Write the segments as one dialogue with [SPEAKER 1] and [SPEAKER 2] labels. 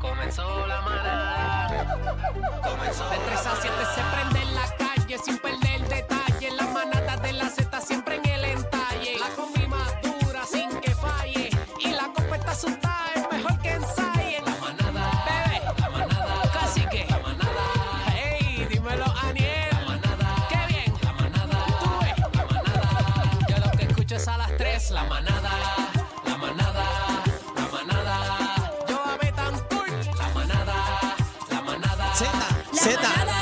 [SPEAKER 1] comenzó la manada. Comenzó
[SPEAKER 2] De 3 a 7 se prende en la calle sin perder detalle. La manada de la Z siempre en el entalle. La combi madura sin que falle. Y la copa está asustada, es mejor que ensayen. La manada, bebé, la manada, casi que. La manada, hey, dímelo Aniel. La manada, qué bien. La manada, tú ves. La manada, yo lo que escucho es a las 3. La manada, la manada, la manada. Yo a Betancourt. La manada, la manada.
[SPEAKER 3] Z, Z.
[SPEAKER 2] manada.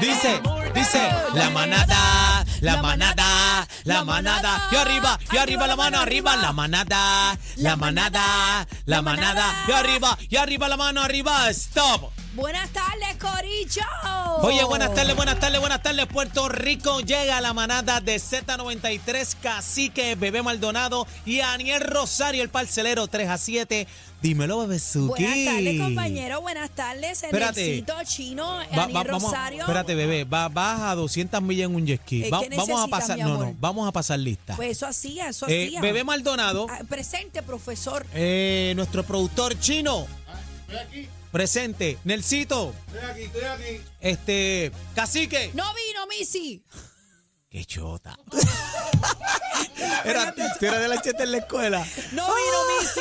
[SPEAKER 3] Dice, dice, la manada, la manada, la manada. Yo arriba, yo arriba la mano arriba, la manada, la manada, la manada. Yo arriba, yo arriba la mano arriba, stop.
[SPEAKER 4] Buenas tardes, Coricho.
[SPEAKER 3] Oye, buenas tardes, buenas tardes, buenas tardes. Puerto Rico llega la manada de Z93, Cacique, Bebé Maldonado y Aniel Rosario, el parcelero 3 a 7. Dímelo, Bebezuki.
[SPEAKER 4] Buenas tardes, compañero. Buenas tardes,
[SPEAKER 3] Espérate.
[SPEAKER 4] Enelcito Chino,
[SPEAKER 3] Va-
[SPEAKER 4] Ani
[SPEAKER 3] va- vamos,
[SPEAKER 4] Rosario.
[SPEAKER 3] espérate, bebé, va, vas a 200 millas en un jet ski.
[SPEAKER 4] Es
[SPEAKER 3] Va-
[SPEAKER 4] que
[SPEAKER 3] vamos a
[SPEAKER 4] necesitas,
[SPEAKER 3] pasar,
[SPEAKER 4] mi
[SPEAKER 3] no,
[SPEAKER 4] amor.
[SPEAKER 3] no, vamos a pasar lista.
[SPEAKER 4] Pues eso hacía, eso
[SPEAKER 3] Eh,
[SPEAKER 4] hacía.
[SPEAKER 3] bebé Maldonado,
[SPEAKER 4] Ah, presente, profesor.
[SPEAKER 3] eh, nuestro productor chino,
[SPEAKER 5] Ah, Estoy aquí,
[SPEAKER 3] presente, Nelsito,
[SPEAKER 5] estoy aquí, estoy aquí.
[SPEAKER 3] este, Cacique.
[SPEAKER 4] No vino, Missy.
[SPEAKER 3] Qué chota. era, tú eras de la cheta en la escuela.
[SPEAKER 4] No vino, Missy.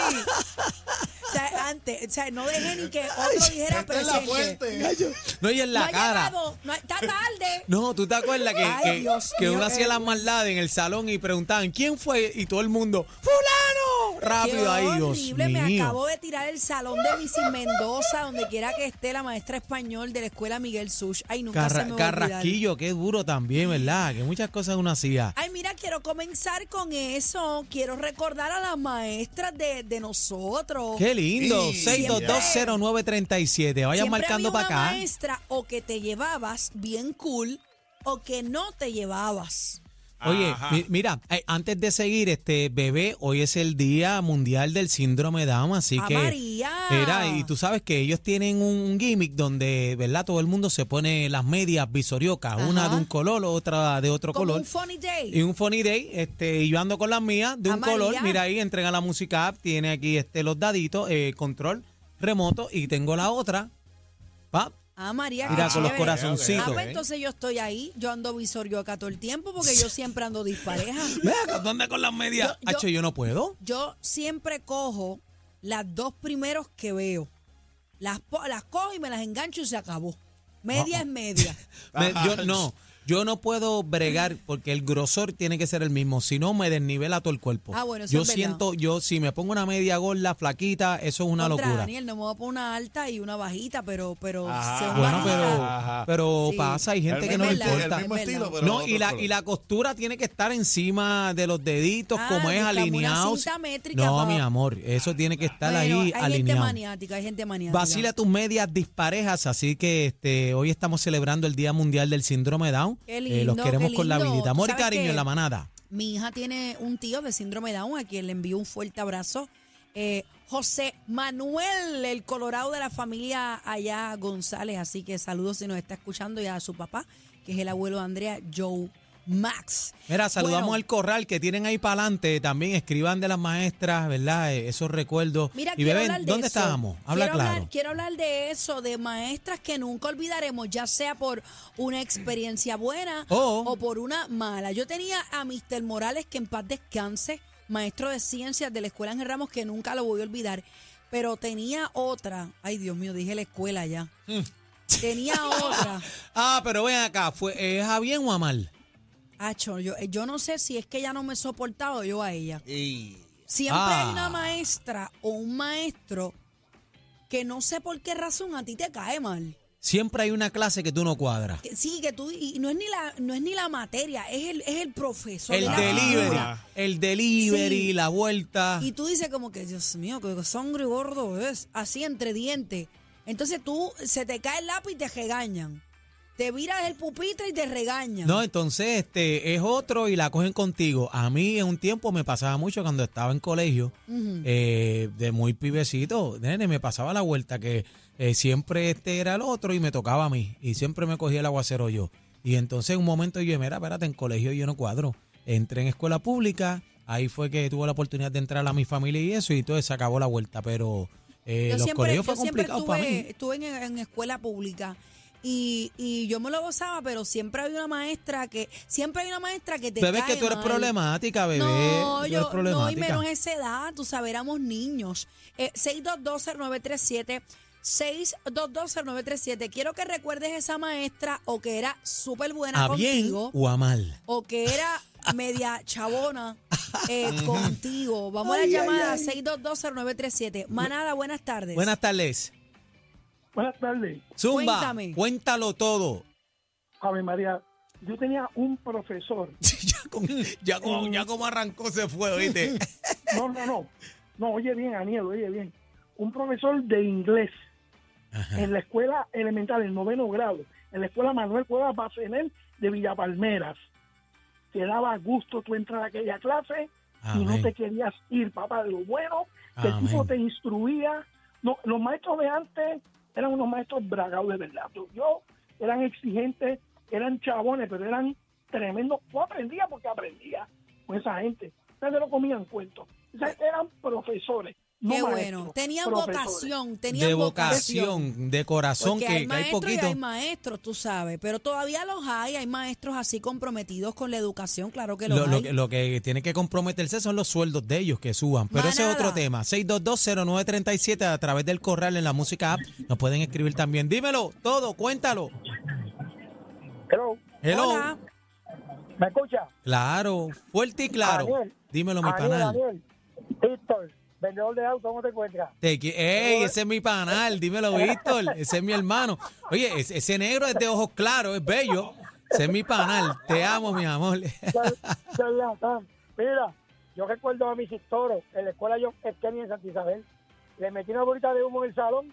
[SPEAKER 4] O sea, antes, o sea, no dejé ni que otro dijera
[SPEAKER 5] Esta es la
[SPEAKER 4] presente.
[SPEAKER 5] fuente.
[SPEAKER 3] No, y en la
[SPEAKER 4] no ha
[SPEAKER 3] cara.
[SPEAKER 4] llegado, no, está tarde.
[SPEAKER 3] No, tú te acuerdas que,
[SPEAKER 4] Ay,
[SPEAKER 3] que-
[SPEAKER 4] Dios
[SPEAKER 3] que
[SPEAKER 4] mío,
[SPEAKER 3] uno
[SPEAKER 4] qué
[SPEAKER 3] hacía las maldades en el salón y preguntaban quién fue y todo el mundo, ¡Fulano! Rápido
[SPEAKER 4] Qué
[SPEAKER 3] ahí, Dios
[SPEAKER 4] horrible,
[SPEAKER 3] mío.
[SPEAKER 4] me acabo de tirar el salón de Missy Mendoza, donde quiera que esté la maestra español de la escuela Miguel Sush. Ay, nunca
[SPEAKER 3] Carra-
[SPEAKER 4] se me va a olvidar.
[SPEAKER 3] Carrasquillo, qué duro también, ¿verdad? Que muchas cosas uno hacía.
[SPEAKER 4] Ay, mira, quiero comenzar con eso. Quiero recordar a las maestras de, de nosotros.
[SPEAKER 3] Qué lindo,
[SPEAKER 5] Sí.
[SPEAKER 3] 6220937. Vayan
[SPEAKER 4] Siempre
[SPEAKER 3] marcando
[SPEAKER 4] había
[SPEAKER 3] para
[SPEAKER 4] una
[SPEAKER 3] acá.
[SPEAKER 4] maestra o que te llevabas bien cool o que no te llevabas.
[SPEAKER 3] Oye,
[SPEAKER 5] Ajá.
[SPEAKER 3] mi- mira, eh, antes de seguir, este bebé, hoy es el Día Mundial del Síndrome Down, así
[SPEAKER 4] ¡Ah,
[SPEAKER 3] que...
[SPEAKER 4] María!
[SPEAKER 3] Era, y tú sabes que ellos tienen un gimmick donde, ¿verdad? Todo el mundo se pone las medias visoriocas, una
[SPEAKER 4] Ajá.
[SPEAKER 3] de un color, otra de otro
[SPEAKER 4] Como
[SPEAKER 3] color.
[SPEAKER 4] un funny day.
[SPEAKER 3] Y un funny day, este, y yo ando con las mías de un
[SPEAKER 4] Amarilla.
[SPEAKER 3] color. Mira ahí, entrega la música app, tiene aquí este los daditos, eh, control remoto, y tengo la otra. Pa,
[SPEAKER 4] Ah, María,
[SPEAKER 3] mira,
[SPEAKER 4] qué
[SPEAKER 3] con los
[SPEAKER 4] chévere.
[SPEAKER 3] corazoncitos. eh.
[SPEAKER 4] Ah, pues entonces yo estoy ahí, yo ando visorioca todo el tiempo porque yo siempre ando dispareja.
[SPEAKER 3] Ve acá, ¿tú andas con las medias?
[SPEAKER 4] Yo- yo-
[SPEAKER 3] Hacho, yo no puedo.
[SPEAKER 4] Yo siempre cojo las dos primeros que veo. Las, po- las cojo y me las engancho y se acabó.
[SPEAKER 3] Ah,
[SPEAKER 4] Media es media.
[SPEAKER 3] Me- yo no. Yo no puedo bregar porque el grosor tiene que ser el mismo, si no me desnivela todo el cuerpo.
[SPEAKER 4] Ah, bueno, eso
[SPEAKER 3] yo
[SPEAKER 4] es verdad.
[SPEAKER 3] siento, yo si me pongo una media gorda, flaquita, eso es una
[SPEAKER 4] Contra
[SPEAKER 3] locura. Ah,
[SPEAKER 4] Daniel, no me voy a poner una alta y una bajita, pero, pero
[SPEAKER 5] Ajá.
[SPEAKER 4] según
[SPEAKER 3] Bueno, pero,
[SPEAKER 4] bajita,
[SPEAKER 3] pero
[SPEAKER 4] Sí.
[SPEAKER 3] pasa, hay gente
[SPEAKER 5] El
[SPEAKER 3] que no le
[SPEAKER 5] mismo-
[SPEAKER 4] verdad,
[SPEAKER 3] importa.
[SPEAKER 5] El mismo
[SPEAKER 4] es
[SPEAKER 5] estilo,
[SPEAKER 4] verdad.
[SPEAKER 5] pero.
[SPEAKER 3] no,
[SPEAKER 5] otro
[SPEAKER 3] y la,
[SPEAKER 5] color.
[SPEAKER 3] y la costura tiene que estar encima de los deditos,
[SPEAKER 4] Ah,
[SPEAKER 3] como es
[SPEAKER 4] buscamos una
[SPEAKER 3] alineado.
[SPEAKER 4] cinta métrica
[SPEAKER 3] No,
[SPEAKER 4] para-
[SPEAKER 3] mi amor, eso tiene que estar
[SPEAKER 4] Bueno,
[SPEAKER 3] ahí
[SPEAKER 4] hay gente
[SPEAKER 3] alineado.
[SPEAKER 4] maniática, hay gente maniática.
[SPEAKER 3] Vacila tus medias disparejas, así que este, hoy estamos celebrando el Día Mundial del Síndrome Down.
[SPEAKER 4] Qué
[SPEAKER 3] Eh, los
[SPEAKER 4] lindo, qué
[SPEAKER 3] queremos con la
[SPEAKER 4] lindo.
[SPEAKER 3] habilidad.
[SPEAKER 4] ¿Tú
[SPEAKER 3] Amor y
[SPEAKER 4] sabes
[SPEAKER 3] cariño
[SPEAKER 4] qué?
[SPEAKER 3] en la manada.
[SPEAKER 4] Mi hija tiene un tío de síndrome Down a quien le envío un fuerte abrazo. Eh, José Manuel, el colorado de la familia allá González. Así que saludos si nos está escuchando y a su papá, que es el abuelo de Andrea, Joe Max.
[SPEAKER 3] Mira, saludamos
[SPEAKER 4] Bueno,
[SPEAKER 3] al corral que tienen ahí para adelante. También escriban de las maestras, ¿verdad? Eh, esos recuerdos.
[SPEAKER 4] Mira,
[SPEAKER 3] y
[SPEAKER 4] quiero
[SPEAKER 3] beben,
[SPEAKER 4] hablar de
[SPEAKER 3] ¿dónde
[SPEAKER 4] eso.
[SPEAKER 3] estábamos? Habla
[SPEAKER 4] quiero
[SPEAKER 3] claro.
[SPEAKER 4] Hablar, quiero hablar de eso, de maestras que nunca olvidaremos, ya sea por una experiencia buena
[SPEAKER 3] Oh.
[SPEAKER 4] o por una mala. Yo tenía a Mr. Morales, que en paz descanse, maestro de ciencias de la escuela Ángel Ramos, que nunca lo voy a olvidar. Pero tenía otra. Ay, Dios mío, dije la escuela ya.
[SPEAKER 3] Mm.
[SPEAKER 4] Tenía otra.
[SPEAKER 3] Ah, pero ven acá, ¿fue, ¿es a bien o a mal?
[SPEAKER 4] Acho, yo, eh, yo no sé si es que ella no me soportaba o yo a ella.
[SPEAKER 5] Y-
[SPEAKER 4] Siempre
[SPEAKER 3] Ah.
[SPEAKER 4] hay una maestra o un maestro que no sé por qué razón a ti te cae mal.
[SPEAKER 3] Siempre hay una clase que tú no cuadras.
[SPEAKER 4] Que- sí, que tú, y no es ni la, no es ni la materia, es el, es el profesor.
[SPEAKER 3] El
[SPEAKER 4] la
[SPEAKER 3] delivery,
[SPEAKER 4] figura.
[SPEAKER 3] el delivery,
[SPEAKER 4] Sí.
[SPEAKER 3] la vuelta.
[SPEAKER 4] Y tú dices como que, Dios mío, que sangre gordo es, así entre dientes. Entonces tú, se te cae el lápiz y te regañan. Te viras el pupitre y te regañan.
[SPEAKER 3] No, entonces este es otro y la cogen contigo. A mí en un tiempo me pasaba mucho cuando estaba en colegio, eh, de muy pibecito, nene, me pasaba la vuelta que eh, siempre este era el otro y me tocaba a mí y siempre me cogía el aguacero yo. Y entonces en un momento yo, mira, espérate, en colegio yo no cuadro. Entré en escuela pública, ahí fue que tuve la oportunidad de entrar a mi familia y eso y todo se acabó la vuelta, pero Eh,
[SPEAKER 4] yo
[SPEAKER 3] los
[SPEAKER 4] siempre,
[SPEAKER 3] colegios
[SPEAKER 4] yo
[SPEAKER 3] fue
[SPEAKER 4] siempre
[SPEAKER 3] complicado para
[SPEAKER 4] estuve,
[SPEAKER 3] mí.
[SPEAKER 4] estuve en, en escuela pública y, y yo me lo gozaba, pero siempre había una maestra que, siempre hay una maestra que te
[SPEAKER 3] Bebé,
[SPEAKER 4] cae
[SPEAKER 3] que tú eres
[SPEAKER 4] mal.
[SPEAKER 3] problemática, bebé.
[SPEAKER 4] No,
[SPEAKER 3] tú
[SPEAKER 4] yo
[SPEAKER 3] eres
[SPEAKER 4] no, y
[SPEAKER 3] problemática.
[SPEAKER 4] menos esa edad, tú sabes, éramos niños. Eh, 6220937, 6220937. Quiero que recuerdes esa maestra o que era súper buena
[SPEAKER 3] ¿A Ah, bien
[SPEAKER 4] contigo
[SPEAKER 3] o a mal?
[SPEAKER 4] o que era media chabona eh, contigo. Vamos a la llamada 6220937. Manada, buenas tardes.
[SPEAKER 3] Buenas tardes.
[SPEAKER 6] Buenas tardes,
[SPEAKER 3] Zumba,
[SPEAKER 4] Cuéntame.
[SPEAKER 3] cuéntalo todo.
[SPEAKER 6] Javi María. Yo tenía un profesor.
[SPEAKER 3] ya, con- ya como, ya como arrancó se fue, oíste.
[SPEAKER 6] No, no, no. No, oye bien, Aniel, oye bien. Un profesor de inglés en la escuela elemental, en noveno grado, en la escuela Manuel Cuevas Bacenel de Villa Palmeras. Te daba gusto tú entrar a aquella clase y no
[SPEAKER 3] Amén.
[SPEAKER 6] te querías ir, papá, de lo bueno, que el tipo
[SPEAKER 3] Amén.
[SPEAKER 6] te instruía. No, los maestros de antes eran unos maestros bragados de verdad. Yo- Yo eran exigentes, eran chabones, pero eran tremendos. Yo aprendía porque aprendía con esa gente. Ustedes no comían cuentos. O sea, eran profesores. No
[SPEAKER 4] Qué bueno.
[SPEAKER 6] maestros,
[SPEAKER 4] Tenían
[SPEAKER 6] profesores.
[SPEAKER 4] vocación, tenían
[SPEAKER 3] De vocación, de corazón,
[SPEAKER 4] Porque
[SPEAKER 3] que,
[SPEAKER 4] hay
[SPEAKER 3] que hay
[SPEAKER 4] maestros y
[SPEAKER 3] poquito.
[SPEAKER 4] hay maestros, tú sabes, pero todavía los hay, hay maestros así comprometidos con la educación, claro que los
[SPEAKER 3] Lo, lo
[SPEAKER 4] hay.
[SPEAKER 3] que, lo que tiene que comprometerse son los sueldos de ellos que suban. Pero ese es
[SPEAKER 4] Manada.
[SPEAKER 3] otro tema. 6220937 a través del corral en la música app. Nos pueden escribir también. Dímelo todo, cuéntalo.
[SPEAKER 6] Hello,
[SPEAKER 3] Hello.
[SPEAKER 4] Hola.
[SPEAKER 6] ¿me escucha?
[SPEAKER 3] Claro, fuerte y claro.
[SPEAKER 6] Daniel.
[SPEAKER 3] Dímelo, mi
[SPEAKER 6] Daniel,
[SPEAKER 3] panal.
[SPEAKER 6] Daniel. Víctor, vendedor de auto, ¿cómo te encuentras?
[SPEAKER 3] Te qui- ¡Ey! Ese es mi panal, dímelo, Víctor. Ese es mi hermano. Oye, es- ese negro es de ojos claros, es bello. Ese es mi panal. Te amo, mi amor.
[SPEAKER 6] Charlatán. "Ah, Mira, yo recuerdo a mis toros en la escuela yo Kenny en Santa Isabel. Le metí una bolita de humo en el salón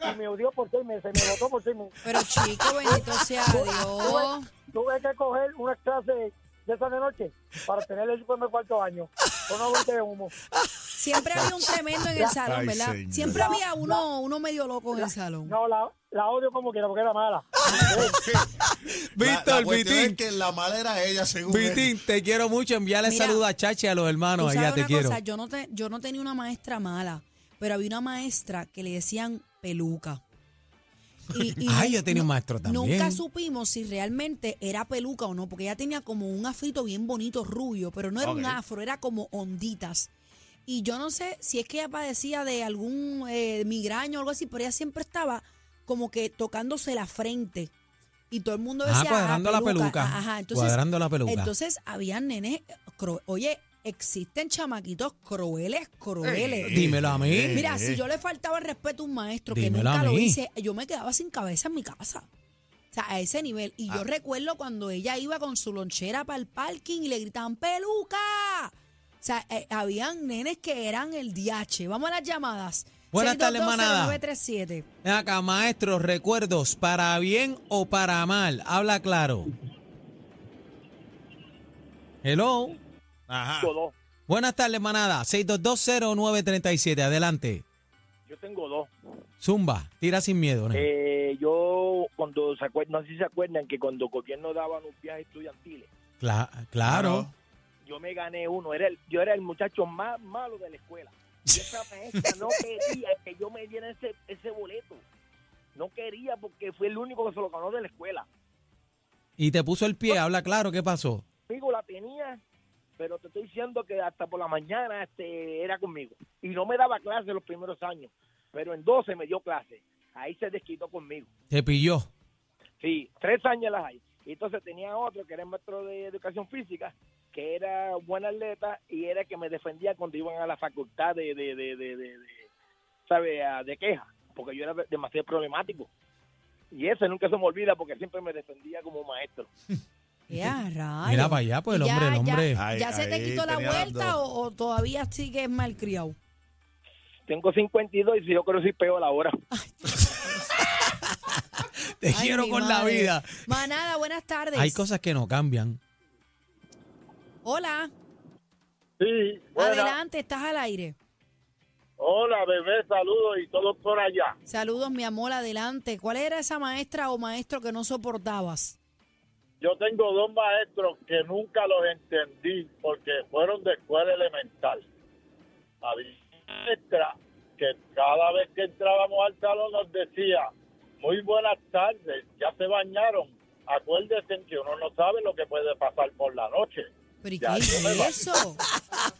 [SPEAKER 6] y me odió por seis meses, me botó por seis meses.
[SPEAKER 4] Pero chico, bendito sea Dios.
[SPEAKER 6] Tuve que coger una clase de esa de noche para tener el primer cuarto año con una bolita de humo.
[SPEAKER 4] Siempre había un tremendo en el salón, ¿verdad? Siempre había uno, uno medio loco en el salón.
[SPEAKER 6] No, la, la odio como quiera porque era mala.
[SPEAKER 5] la,
[SPEAKER 3] Víctor,
[SPEAKER 5] la cuestión
[SPEAKER 3] Vitín.
[SPEAKER 5] es que la mala era ella, según él.
[SPEAKER 3] Vitín, te quiero mucho. Envíale
[SPEAKER 4] Mira,
[SPEAKER 3] saludos a Chachi y a los hermanos.
[SPEAKER 4] Tú sabes
[SPEAKER 3] Allá te
[SPEAKER 4] una
[SPEAKER 3] quiero.
[SPEAKER 4] cosa, yo no, te- yo no tenía una maestra mala, pero había una maestra que le decían peluca. Y, y
[SPEAKER 3] Ay,
[SPEAKER 4] nu-
[SPEAKER 3] yo tenía un
[SPEAKER 4] nu-
[SPEAKER 3] maestro también.
[SPEAKER 4] Nunca supimos si realmente era peluca o no, porque ella tenía como un afrito bien bonito, rubio, pero no era un
[SPEAKER 5] Ok.
[SPEAKER 4] afro, era como onditas. Y yo no sé si es que ella padecía de algún eh, migraño o algo así, pero ella siempre estaba como que tocándose la frente. Y todo el mundo
[SPEAKER 3] Ah,
[SPEAKER 4] decía.
[SPEAKER 3] cuadrando la peluca.
[SPEAKER 4] Ajá, entonces.
[SPEAKER 3] Cuadrando la peluca.
[SPEAKER 4] Entonces, había nenes. cru- Oye, existen chamaquitos crueles, crueles.
[SPEAKER 5] Eh,
[SPEAKER 3] Dímelo a mí.
[SPEAKER 5] eh,
[SPEAKER 4] Mira,
[SPEAKER 5] eh.
[SPEAKER 4] si yo le faltaba el respeto a un maestro que
[SPEAKER 3] Dímelo
[SPEAKER 4] nunca
[SPEAKER 3] a
[SPEAKER 4] lo
[SPEAKER 3] mí.
[SPEAKER 4] hice, yo me quedaba sin cabeza en mi casa. O sea, a ese nivel. Y
[SPEAKER 3] Ah.
[SPEAKER 4] yo recuerdo cuando ella iba con su lonchera para el parking y le gritaban, ¡Peluca! O sea, eh, habían nenes que eran el DH. Vamos a las llamadas.
[SPEAKER 3] Buenas tardes, manada.
[SPEAKER 4] 6220937.
[SPEAKER 3] Ven acá, maestro, recuerdos, para bien o para mal. Habla claro. Hello.
[SPEAKER 5] Ajá.
[SPEAKER 7] tengo dos.
[SPEAKER 3] Buenas tardes, manada. 6220937. Adelante.
[SPEAKER 7] Yo tengo dos.
[SPEAKER 3] Zumba, tira sin miedo. nene.
[SPEAKER 7] Eh, yo, cuando se acuerdan, no sé si se acuerdan que cuando el gobierno daban un viaje estudiantiles,
[SPEAKER 3] Cla- claro.
[SPEAKER 7] yo me gané uno. Era el, yo era el muchacho más malo de la escuela. Y esa maestra no quería que yo me diera ese, ese boleto. No quería porque fue el único que se lo ganó de la escuela.
[SPEAKER 3] Y te puso el pie, habla claro, ¿qué pasó?
[SPEAKER 7] Conmigo la tenía, pero te estoy diciendo que hasta por la mañana este, era conmigo. Y no me daba clase los primeros años, pero en 12 me dio clase. Ahí se desquitó conmigo.
[SPEAKER 3] Te pilló.
[SPEAKER 7] Sí, tres años las hay. Y entonces tenía otro que era el maestro de educación física, que era buen atleta y era el que me defendía cuando iban a la facultad de, de, de, de, de, de- ¿sabe? Ah, de queja, porque yo era de- demasiado problemático. Y ese nunca se me olvida porque siempre me defendía como maestro.
[SPEAKER 4] Ya, rayos.
[SPEAKER 3] Eh, Mira para allá, pues el
[SPEAKER 4] Y ya-
[SPEAKER 3] hombre, el
[SPEAKER 4] ya-
[SPEAKER 3] hombre.
[SPEAKER 4] ¿Ya,
[SPEAKER 5] Ay,
[SPEAKER 4] se te
[SPEAKER 5] ahí
[SPEAKER 4] quitó la
[SPEAKER 5] tenía las
[SPEAKER 4] vuelta
[SPEAKER 5] dos.
[SPEAKER 4] o, o todavía sigues malcriado?
[SPEAKER 7] Tengo 52 y si yo creo que soy peor ahora.
[SPEAKER 3] Te
[SPEAKER 4] Ay,
[SPEAKER 3] quiero
[SPEAKER 4] mi
[SPEAKER 3] con la
[SPEAKER 4] madre.
[SPEAKER 3] vida.
[SPEAKER 4] Manada, buenas tardes.
[SPEAKER 3] Hay cosas que no cambian.
[SPEAKER 4] Hola,
[SPEAKER 8] Sí, buena.
[SPEAKER 4] adelante, estás al aire.
[SPEAKER 8] Hola, bebé, saludos y todos por allá.
[SPEAKER 4] Saludos, mi amor, adelante. ¿Cuál era esa maestra o maestro que no soportabas?
[SPEAKER 8] Yo tengo dos maestros que nunca los entendí porque fueron de escuela elemental. Había una maestra que cada vez que entrábamos al salón nos decía, muy buenas tardes, ya se bañaron. Acuérdense que uno no sabe lo que puede pasar por la noche.
[SPEAKER 4] ¿Pero y qué
[SPEAKER 8] Ya,
[SPEAKER 4] es
[SPEAKER 8] yo me va.
[SPEAKER 4] eso?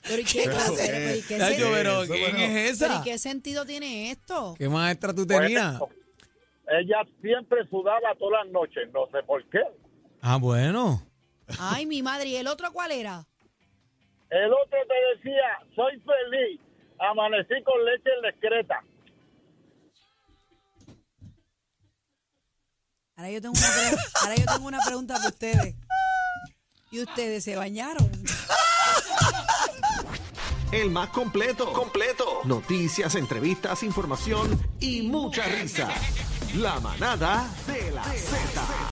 [SPEAKER 4] ¿Pero y qué,
[SPEAKER 5] Pero
[SPEAKER 4] pero,
[SPEAKER 5] qué-
[SPEAKER 4] pero y qué
[SPEAKER 5] Nacho,
[SPEAKER 4] sen-
[SPEAKER 3] Nacho, pero
[SPEAKER 5] Eso,
[SPEAKER 3] ¿quién
[SPEAKER 5] bueno.
[SPEAKER 3] es
[SPEAKER 4] pero y
[SPEAKER 3] esa?
[SPEAKER 4] qué sentido tiene esto?
[SPEAKER 3] ¿Qué maestra tú tenías?
[SPEAKER 8] Bueno, Pues, ella siempre sudaba todas las noches, no sé por qué.
[SPEAKER 3] Ah, bueno.
[SPEAKER 4] Ay, mi madre, ¿y el otro cuál era?
[SPEAKER 8] El otro te decía, soy feliz, amanecí con leche en la excreta.
[SPEAKER 4] Ahora yo tengo una, pre- ahora yo tengo una pregunta para ustedes. ¿Y ustedes se bañaron?
[SPEAKER 9] El más completo. Completo. Noticias, entrevistas, información y mucha risa. La manada de la Z.